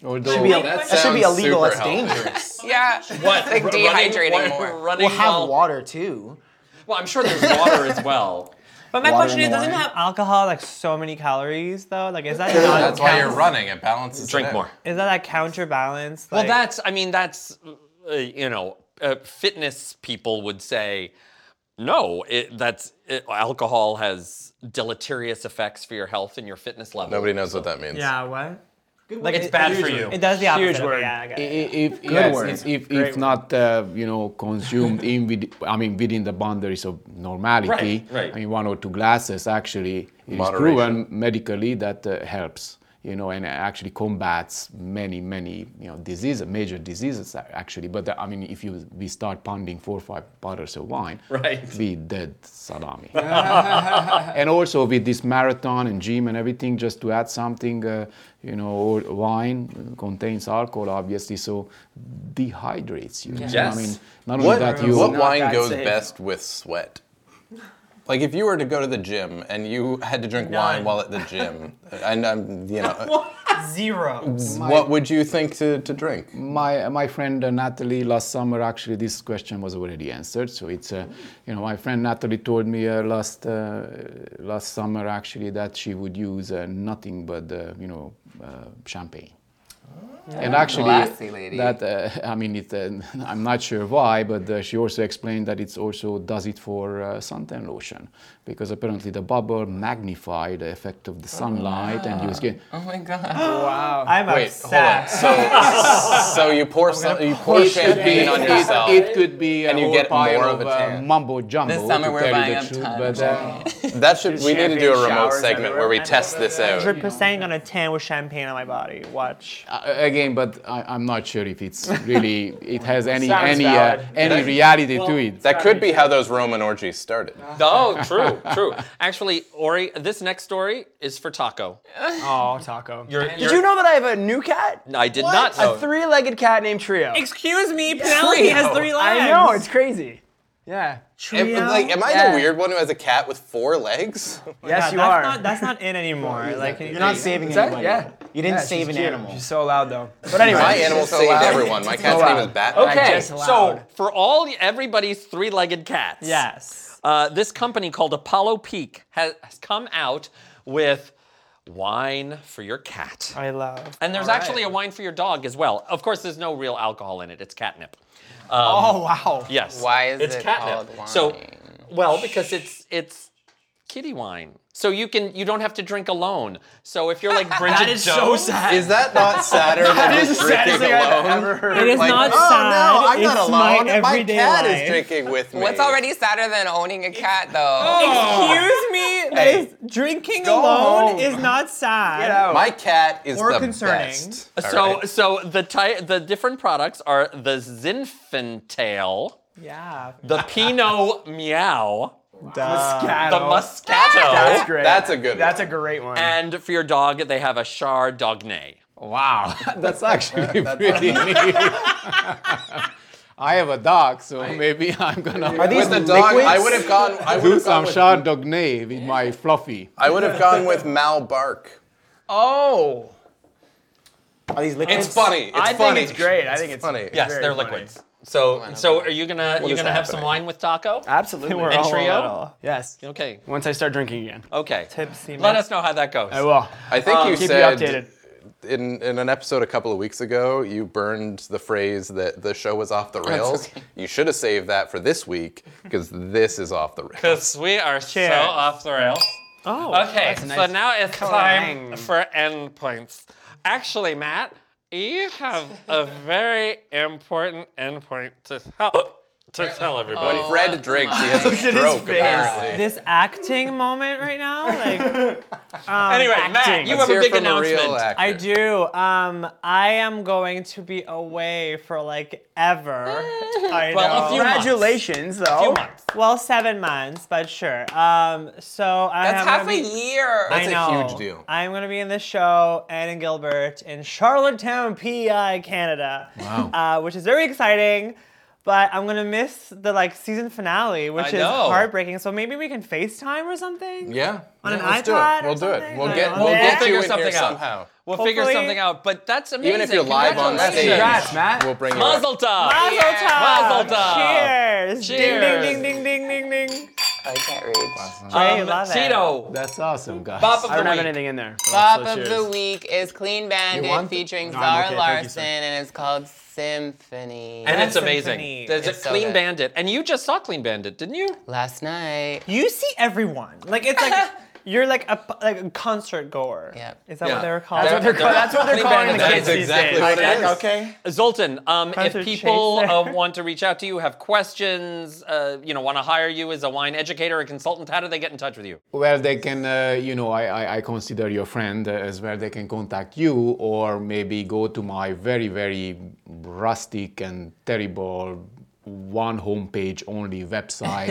[SPEAKER 4] Although,
[SPEAKER 7] Be a-
[SPEAKER 1] That
[SPEAKER 7] that should be
[SPEAKER 1] sounds
[SPEAKER 7] illegal.
[SPEAKER 1] super
[SPEAKER 7] That's
[SPEAKER 1] healthy.
[SPEAKER 7] dangerous.
[SPEAKER 5] Yeah.
[SPEAKER 3] what
[SPEAKER 5] Like
[SPEAKER 3] ru-
[SPEAKER 5] dehydrating
[SPEAKER 3] running, wa-
[SPEAKER 5] more.
[SPEAKER 3] running
[SPEAKER 7] we'll have
[SPEAKER 3] while-
[SPEAKER 7] water too.
[SPEAKER 3] Well, I'm sure there's water as
[SPEAKER 6] *laughs*
[SPEAKER 3] well.
[SPEAKER 2] but my
[SPEAKER 7] Water
[SPEAKER 2] question is,
[SPEAKER 7] and
[SPEAKER 2] doesn't
[SPEAKER 7] wine.
[SPEAKER 2] have alcohol like so many calories though? Like, is that not
[SPEAKER 1] That's why you're
[SPEAKER 2] counts-
[SPEAKER 1] running. It balances. it
[SPEAKER 3] Drink
[SPEAKER 1] out.
[SPEAKER 3] more.
[SPEAKER 2] Is that a counterbalance?
[SPEAKER 3] Well,
[SPEAKER 2] Like,
[SPEAKER 3] that's, I mean, that's, uh, you know, uh, fitness people would say, no, it, that's, it, alcohol has deleterious effects for your health and your fitness level.
[SPEAKER 1] Nobody knows what that means.
[SPEAKER 2] yeah. What?
[SPEAKER 7] Like
[SPEAKER 2] it's
[SPEAKER 3] bad for you.
[SPEAKER 2] It does the opposite.
[SPEAKER 6] Huge
[SPEAKER 2] of it,
[SPEAKER 6] word.
[SPEAKER 2] Yeah, I get
[SPEAKER 4] i-
[SPEAKER 2] it.
[SPEAKER 4] i- if, yes,
[SPEAKER 6] word.
[SPEAKER 4] if, if, if
[SPEAKER 6] word.
[SPEAKER 4] not, uh, you know, consumed in, with, I mean, within the boundaries of normality,
[SPEAKER 3] Right, right.
[SPEAKER 4] I mean, one or two glasses actually it is
[SPEAKER 1] Moderation.
[SPEAKER 4] proven medically that uh, helps. you know, and it actually combats many, many, you know, diseases, major diseases a- actually. But the- I mean, if you we start pounding four or five bottles of wine,
[SPEAKER 3] Right.
[SPEAKER 4] we dead salami. *laughs* and also with this marathon and gym and everything, just to add something, uh, you know, or wine contains alcohol, obviously, so dehydrates you.
[SPEAKER 3] Yes.
[SPEAKER 4] I mean, not only
[SPEAKER 1] What,
[SPEAKER 4] that, you
[SPEAKER 1] what
[SPEAKER 6] Not
[SPEAKER 1] wine
[SPEAKER 6] that
[SPEAKER 1] goes
[SPEAKER 6] safe.
[SPEAKER 1] best with sweat? Like if you were to go to the gym and you had to drink wine while at the gym, and um, you know,
[SPEAKER 2] Zero.
[SPEAKER 1] what would you think to, to drink?
[SPEAKER 4] my my friend uh, Natalie last summer actually this question was already answered. So it's uh, you know my friend Natalie told me uh, last uh, last summer actually that she would use uh, nothing but uh, you know uh, champagne. And actually,
[SPEAKER 5] Ah. Classy lady.
[SPEAKER 4] that uh, *laughs* I mean, it, uh, I'm not sure why, but uh, she also explained that it also does it for uh, suntan lotion because apparently the bubble magnify the effect of the sunlight, and you get
[SPEAKER 5] Oh my god.
[SPEAKER 2] I'm
[SPEAKER 1] Wait, hold on.
[SPEAKER 2] upset.
[SPEAKER 1] So, so you pour some, you pour champagne on
[SPEAKER 4] it-
[SPEAKER 1] yourself.
[SPEAKER 4] It, could be a
[SPEAKER 1] And you
[SPEAKER 4] whole
[SPEAKER 1] get
[SPEAKER 4] pile
[SPEAKER 1] more of a
[SPEAKER 4] uh,
[SPEAKER 1] tan.
[SPEAKER 4] mumbo jumbo.
[SPEAKER 5] This summer
[SPEAKER 4] to
[SPEAKER 5] we're
[SPEAKER 4] tell you
[SPEAKER 5] buying
[SPEAKER 4] the
[SPEAKER 5] up
[SPEAKER 4] truth,
[SPEAKER 5] tons
[SPEAKER 4] but,
[SPEAKER 5] of
[SPEAKER 4] uh,
[SPEAKER 1] that should we need to do a
[SPEAKER 6] champagne
[SPEAKER 1] remote
[SPEAKER 6] showers
[SPEAKER 1] segment where we
[SPEAKER 6] everywhere.
[SPEAKER 1] test this out.
[SPEAKER 2] Hundred percent gonna tan with champagne on my body. Watch.
[SPEAKER 4] uh, again, but I, I'm not sure if it's really
[SPEAKER 1] *laughs*
[SPEAKER 4] it has any
[SPEAKER 6] Sounds
[SPEAKER 4] any uh,
[SPEAKER 6] valid.
[SPEAKER 4] any reality to it.
[SPEAKER 1] That could be how those Roman orgies started.
[SPEAKER 3] Oh, true, true. Actually, Ori, this next story is for Taco.
[SPEAKER 6] *laughs* Oh, Taco.
[SPEAKER 3] You're,
[SPEAKER 6] Did you know that I have a new cat?
[SPEAKER 3] I did not know.
[SPEAKER 6] A three-legged cat named Trio.
[SPEAKER 2] Excuse me, Penelope has three legs.
[SPEAKER 6] I know, it's crazy. Yeah.
[SPEAKER 1] Am, like, am I
[SPEAKER 6] Yeah.
[SPEAKER 1] the weird one who has a cat with four legs?
[SPEAKER 6] Yes, you
[SPEAKER 2] that's
[SPEAKER 6] are.
[SPEAKER 2] Not, that's not in anymore. Like
[SPEAKER 7] You're not saving
[SPEAKER 6] that-
[SPEAKER 7] anybody.
[SPEAKER 6] yeah.
[SPEAKER 7] You didn't
[SPEAKER 6] Yeah,
[SPEAKER 7] save an
[SPEAKER 6] she's cute.
[SPEAKER 7] animal.
[SPEAKER 6] She's so loud though. But anyway.
[SPEAKER 1] My animal saved everyone. My cat's name is Batman.
[SPEAKER 6] I
[SPEAKER 3] Okay,
[SPEAKER 6] just
[SPEAKER 3] so
[SPEAKER 6] allowed.
[SPEAKER 3] for all everybody's three-legged cats,
[SPEAKER 2] yes.
[SPEAKER 3] uh, this company called Apollo Peak has, has come out with wine for your cat.
[SPEAKER 2] I love.
[SPEAKER 3] And there's actually a wine for your dog as well. Of course, there's no real alcohol in it. It's catnip. Um,
[SPEAKER 6] Oh wow.
[SPEAKER 3] Yes.
[SPEAKER 5] Why is
[SPEAKER 3] it's
[SPEAKER 5] it
[SPEAKER 3] catnip.
[SPEAKER 5] called wine?
[SPEAKER 3] So, well, because it's it's kitty wine. So you can you don't have to drink alone. So if you're
[SPEAKER 6] *laughs*
[SPEAKER 3] like Bridget
[SPEAKER 6] is so
[SPEAKER 3] Jones,
[SPEAKER 6] sad.
[SPEAKER 1] Is that
[SPEAKER 6] *laughs*
[SPEAKER 1] not sadder than just drinking alone?
[SPEAKER 2] It is
[SPEAKER 1] Like,
[SPEAKER 2] not
[SPEAKER 1] oh
[SPEAKER 2] sad.
[SPEAKER 1] no, I'm
[SPEAKER 2] it's
[SPEAKER 1] not
[SPEAKER 2] my
[SPEAKER 1] alone. My,
[SPEAKER 2] everyday
[SPEAKER 1] cat
[SPEAKER 2] life.
[SPEAKER 1] is drinking with me.
[SPEAKER 5] What's already sadder than owning a cat though?
[SPEAKER 2] Excuse me. that
[SPEAKER 1] Hey,
[SPEAKER 2] is- drinking
[SPEAKER 6] go
[SPEAKER 2] alone
[SPEAKER 6] home.
[SPEAKER 2] is not sad.
[SPEAKER 6] Get out.
[SPEAKER 1] My cat is
[SPEAKER 2] Or
[SPEAKER 1] the
[SPEAKER 2] concerning.
[SPEAKER 1] best.
[SPEAKER 3] So
[SPEAKER 1] Alright.
[SPEAKER 3] so the ty- the different products are the Zinfandel,
[SPEAKER 2] Yeah.
[SPEAKER 6] *laughs*
[SPEAKER 3] the Pinot Meow,
[SPEAKER 6] Moscato.
[SPEAKER 3] the Moscato,
[SPEAKER 6] That's great.
[SPEAKER 1] Oh, That's a good
[SPEAKER 6] That's
[SPEAKER 1] one.
[SPEAKER 6] a great one.
[SPEAKER 3] and for your dog they have a Char Dogné.
[SPEAKER 4] Wow,
[SPEAKER 1] *laughs*
[SPEAKER 4] that's actually pretty neat. I have a dog, so maybe *laughs* I'm gonna
[SPEAKER 1] With the dog, I would have gone. I would
[SPEAKER 4] do
[SPEAKER 1] have gone
[SPEAKER 4] some
[SPEAKER 1] with,
[SPEAKER 4] Chardonnay with my fluffy.
[SPEAKER 1] I would have gone with Mal Bark.
[SPEAKER 6] oh.
[SPEAKER 7] Are these liquids?
[SPEAKER 1] It's funny. It's
[SPEAKER 6] I think
[SPEAKER 1] funny.
[SPEAKER 6] it's great. I think it's-
[SPEAKER 1] funny.
[SPEAKER 3] Yes,
[SPEAKER 6] Very
[SPEAKER 3] they're
[SPEAKER 6] funny.
[SPEAKER 3] liquids. So so are you gonna you
[SPEAKER 1] is
[SPEAKER 3] gonna have some
[SPEAKER 1] happening?
[SPEAKER 3] wine with Taco?
[SPEAKER 6] Absolutely.
[SPEAKER 2] We're
[SPEAKER 3] And
[SPEAKER 2] all
[SPEAKER 3] trio?
[SPEAKER 2] a little
[SPEAKER 6] Yes.
[SPEAKER 3] Okay.
[SPEAKER 6] Once I start drinking again.
[SPEAKER 3] Okay.
[SPEAKER 2] Tipsy.
[SPEAKER 3] Let
[SPEAKER 2] man.
[SPEAKER 3] us know how that goes.
[SPEAKER 6] I will.
[SPEAKER 1] I think
[SPEAKER 3] Um,
[SPEAKER 1] you
[SPEAKER 6] keep
[SPEAKER 1] said
[SPEAKER 6] you updated.
[SPEAKER 1] in in an episode a couple of weeks ago you burned the phrase that the show was
[SPEAKER 3] *laughs*
[SPEAKER 1] off the rails.
[SPEAKER 5] okay.
[SPEAKER 1] You should have saved that for this week because this is off the rails. *laughs*
[SPEAKER 3] Because we are
[SPEAKER 2] Cheers.
[SPEAKER 3] so off the rails.
[SPEAKER 2] Oh.
[SPEAKER 3] Okay,
[SPEAKER 6] a
[SPEAKER 3] so
[SPEAKER 6] nice
[SPEAKER 3] now it's time
[SPEAKER 6] clang.
[SPEAKER 3] for endpoints. Actually, Matt, you have
[SPEAKER 6] *laughs*
[SPEAKER 3] a very important endpoint to tell to tell everybody.
[SPEAKER 6] Oh.
[SPEAKER 1] When Fred drinks,
[SPEAKER 3] *laughs*
[SPEAKER 1] he has a
[SPEAKER 6] his
[SPEAKER 1] stroke
[SPEAKER 6] face.
[SPEAKER 1] apparently.
[SPEAKER 2] This acting moment right now, *laughs* like. um,
[SPEAKER 3] anyway, Matt,
[SPEAKER 2] acting.
[SPEAKER 3] you have a
[SPEAKER 1] Hear
[SPEAKER 3] big
[SPEAKER 1] from a
[SPEAKER 3] announcement.
[SPEAKER 1] real actor. *laughs*
[SPEAKER 2] I do. Um, I am going to be away for like ever. I
[SPEAKER 3] Well,
[SPEAKER 2] know.
[SPEAKER 3] if you-
[SPEAKER 6] Congratulations though.
[SPEAKER 2] well, seven months, but sure. Um, so I
[SPEAKER 5] That's
[SPEAKER 2] am
[SPEAKER 5] half
[SPEAKER 2] gonna
[SPEAKER 5] a
[SPEAKER 2] be-
[SPEAKER 5] year.
[SPEAKER 2] I
[SPEAKER 1] a
[SPEAKER 2] know.
[SPEAKER 1] huge deal.
[SPEAKER 2] I'm gonna be in this show, Anne and Gilbert, in Charlottetown, PEI, Canada. Wow. Uh, which is very exciting. But I'm gonna miss the like season finale, which
[SPEAKER 3] I
[SPEAKER 2] is
[SPEAKER 3] know.
[SPEAKER 2] heartbreaking. So maybe we can FaceTime or something.
[SPEAKER 1] Yeah.
[SPEAKER 2] On
[SPEAKER 1] Yeah,
[SPEAKER 2] an
[SPEAKER 1] let's do it.
[SPEAKER 2] iPad or
[SPEAKER 1] We'll do it.
[SPEAKER 2] something?
[SPEAKER 1] We'll
[SPEAKER 2] I
[SPEAKER 1] get
[SPEAKER 2] don't
[SPEAKER 1] we'll
[SPEAKER 2] know.
[SPEAKER 1] get
[SPEAKER 3] We'll
[SPEAKER 1] you in
[SPEAKER 3] figure
[SPEAKER 1] here
[SPEAKER 3] something out.
[SPEAKER 1] somehow.
[SPEAKER 3] We'll figure
[SPEAKER 2] Hopefully-
[SPEAKER 3] something out. But that's amazing.
[SPEAKER 1] Even if you're live on stage,
[SPEAKER 3] Congratulations.
[SPEAKER 6] Congrats, Matt.
[SPEAKER 1] we'll bring you. up.
[SPEAKER 3] Mazel tov.
[SPEAKER 2] Mazel tov!
[SPEAKER 3] Mazel tov.
[SPEAKER 2] Cheers!
[SPEAKER 3] Cheers.
[SPEAKER 2] Ding ding ding ding ding ding.
[SPEAKER 5] I can't reach.
[SPEAKER 2] I
[SPEAKER 3] Um,
[SPEAKER 2] love it.
[SPEAKER 3] Tito,
[SPEAKER 4] That's awesome, guys.
[SPEAKER 3] Bop of
[SPEAKER 6] I don't
[SPEAKER 3] the
[SPEAKER 6] have
[SPEAKER 3] week.
[SPEAKER 6] anything in there.
[SPEAKER 5] Bop
[SPEAKER 6] So
[SPEAKER 5] of
[SPEAKER 6] cheers.
[SPEAKER 5] the week is Clean
[SPEAKER 4] want
[SPEAKER 5] Bandit
[SPEAKER 4] it?
[SPEAKER 5] featuring
[SPEAKER 6] No,
[SPEAKER 5] Zara
[SPEAKER 6] I'm okay, thank you,
[SPEAKER 5] Larson,
[SPEAKER 6] sir.
[SPEAKER 5] and it's called Symphony.
[SPEAKER 3] And it's
[SPEAKER 2] Symphony.
[SPEAKER 3] amazing. There's a
[SPEAKER 5] It's so
[SPEAKER 3] Clean
[SPEAKER 5] good.
[SPEAKER 3] Bandit. And you just saw Clean Bandit, didn't you?
[SPEAKER 5] last night.
[SPEAKER 2] You see everyone. Like it's like You're like a p- like a concert goer.
[SPEAKER 5] Yeah.
[SPEAKER 2] Is that
[SPEAKER 3] Yeah.
[SPEAKER 2] what they're called?
[SPEAKER 6] That's what they're, call- that's what they're calling the
[SPEAKER 3] That
[SPEAKER 6] kids
[SPEAKER 3] is
[SPEAKER 6] these
[SPEAKER 3] exactly
[SPEAKER 6] days.
[SPEAKER 3] what it
[SPEAKER 6] Like,
[SPEAKER 3] is.
[SPEAKER 6] Okay.
[SPEAKER 3] Zoltan, um,
[SPEAKER 2] Concert
[SPEAKER 3] if people
[SPEAKER 2] chaser.
[SPEAKER 3] uh, want to reach out to you, have questions, uh, you know, want to hire you as a wine educator or consultant, how do they get in touch with you?
[SPEAKER 4] Well, they can, uh, you know, I, I, I consider your friend uh, as well. They can contact you or maybe go to my very, very rustic and terrible one homepage only website,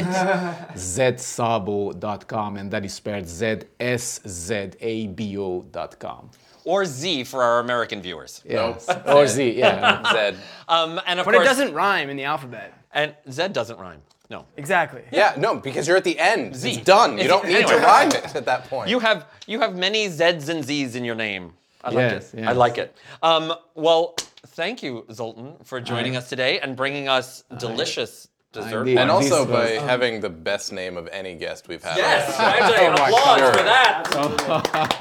[SPEAKER 4] zsabo.com, and that is spelled Z S Z A B O.com.
[SPEAKER 3] Or Z for our American viewers.
[SPEAKER 4] Yes. Or Z, yeah.
[SPEAKER 1] Zed.
[SPEAKER 3] Um, and of
[SPEAKER 6] But it
[SPEAKER 3] course,
[SPEAKER 6] doesn't rhyme in the alphabet.
[SPEAKER 3] And Z doesn't rhyme. No.
[SPEAKER 6] Exactly.
[SPEAKER 1] Yeah, no, because you're at the end.
[SPEAKER 3] Z.
[SPEAKER 1] It's done.
[SPEAKER 3] It's-
[SPEAKER 1] You don't need to
[SPEAKER 3] anyway.
[SPEAKER 1] rhyme it at that point.
[SPEAKER 3] You have you have many Z's and Z's in your name. I like
[SPEAKER 4] Yes,
[SPEAKER 3] it. I
[SPEAKER 4] yes.
[SPEAKER 3] like it. Um, well, thank you, Zoltan, for joining us today and bringing us delicious dessert.
[SPEAKER 4] did.
[SPEAKER 3] And
[SPEAKER 1] and
[SPEAKER 3] also,
[SPEAKER 4] all-
[SPEAKER 1] also
[SPEAKER 4] This
[SPEAKER 1] by
[SPEAKER 4] was-
[SPEAKER 1] having the best name of any guest we've had.
[SPEAKER 3] yes,
[SPEAKER 1] on.
[SPEAKER 3] I
[SPEAKER 6] *laughs*
[SPEAKER 3] say an applause for that.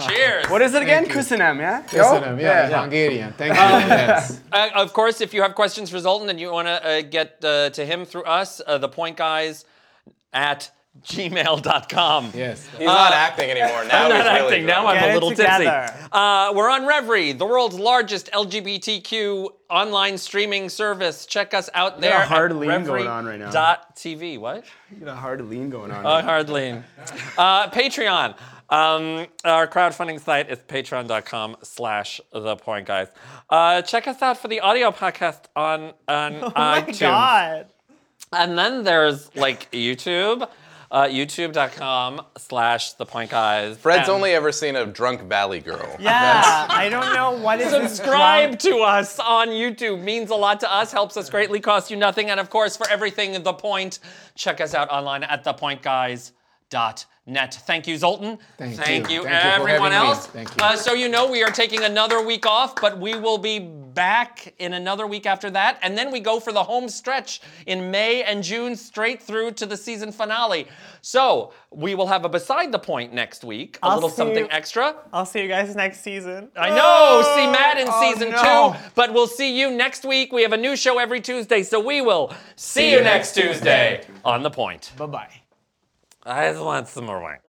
[SPEAKER 3] Cheers.
[SPEAKER 6] Oh What is it again? Kusinam, yeah?
[SPEAKER 4] Köszönöm. Yeah, Hungarian. Thank you. Yes.
[SPEAKER 3] Uh, of course, if you have questions for Zoltan and you want to uh, get uh, to him through us, uh, the point guys at gmail.com. *laughs*
[SPEAKER 4] Yes.
[SPEAKER 1] *laughs* He's not acting anymore. Now
[SPEAKER 3] I'm
[SPEAKER 1] he's
[SPEAKER 3] not
[SPEAKER 1] really
[SPEAKER 3] acting. Now
[SPEAKER 1] drunk.
[SPEAKER 3] I'm
[SPEAKER 2] Get
[SPEAKER 3] a
[SPEAKER 2] it
[SPEAKER 3] little tipsy.
[SPEAKER 2] together. Oh
[SPEAKER 3] Uh, we're on Reverie, the world's largest LGBTQ online streaming service. Check us out there.
[SPEAKER 6] got a hard
[SPEAKER 3] at
[SPEAKER 6] lean going on right now.
[SPEAKER 3] Dot TV. What?
[SPEAKER 6] You got a hard lean going on.
[SPEAKER 3] Uh, hard lean. Uh, Patreon. Um, our crowdfunding site is patreon.com slash the point guys. Uh, check us out for the audio podcast on,
[SPEAKER 6] *laughs*
[SPEAKER 3] on
[SPEAKER 2] Oh my
[SPEAKER 3] iTunes.
[SPEAKER 2] god.
[SPEAKER 3] And then there's like YouTube, uh, youtube.com slash the point guys.
[SPEAKER 1] Fred's
[SPEAKER 3] And
[SPEAKER 1] only ever seen a drunk valley girl.
[SPEAKER 2] Yeah. *laughs* I don't know what is this
[SPEAKER 3] *laughs* Subscribe
[SPEAKER 2] drunk-
[SPEAKER 3] to us on YouTube means a lot to us, helps us greatly, costs you nothing. And of course, for everything The Point, check us out online at thepointguys.net. Thank you, Zoltan.
[SPEAKER 4] Thank
[SPEAKER 3] you,
[SPEAKER 4] you. Thank you for
[SPEAKER 3] everyone
[SPEAKER 4] having me.
[SPEAKER 3] else.
[SPEAKER 4] Thank you.
[SPEAKER 3] Uh, so, you know, we are taking another week off, but we will be back in another week after that. And then we go for the home stretch in May and June, straight through to the season finale. So, we will have a Beside the Point next week, a
[SPEAKER 2] I'll
[SPEAKER 3] little
[SPEAKER 2] see
[SPEAKER 3] something
[SPEAKER 2] you-
[SPEAKER 3] extra.
[SPEAKER 2] I'll see you guys next season.
[SPEAKER 3] I know. See Matt in
[SPEAKER 6] Oh,
[SPEAKER 3] season
[SPEAKER 6] no.
[SPEAKER 3] two, but we'll see you next week. We have a new show every Tuesday, so we will see, you next Tuesday on the point.
[SPEAKER 6] Bye bye.
[SPEAKER 3] I just want some more wine.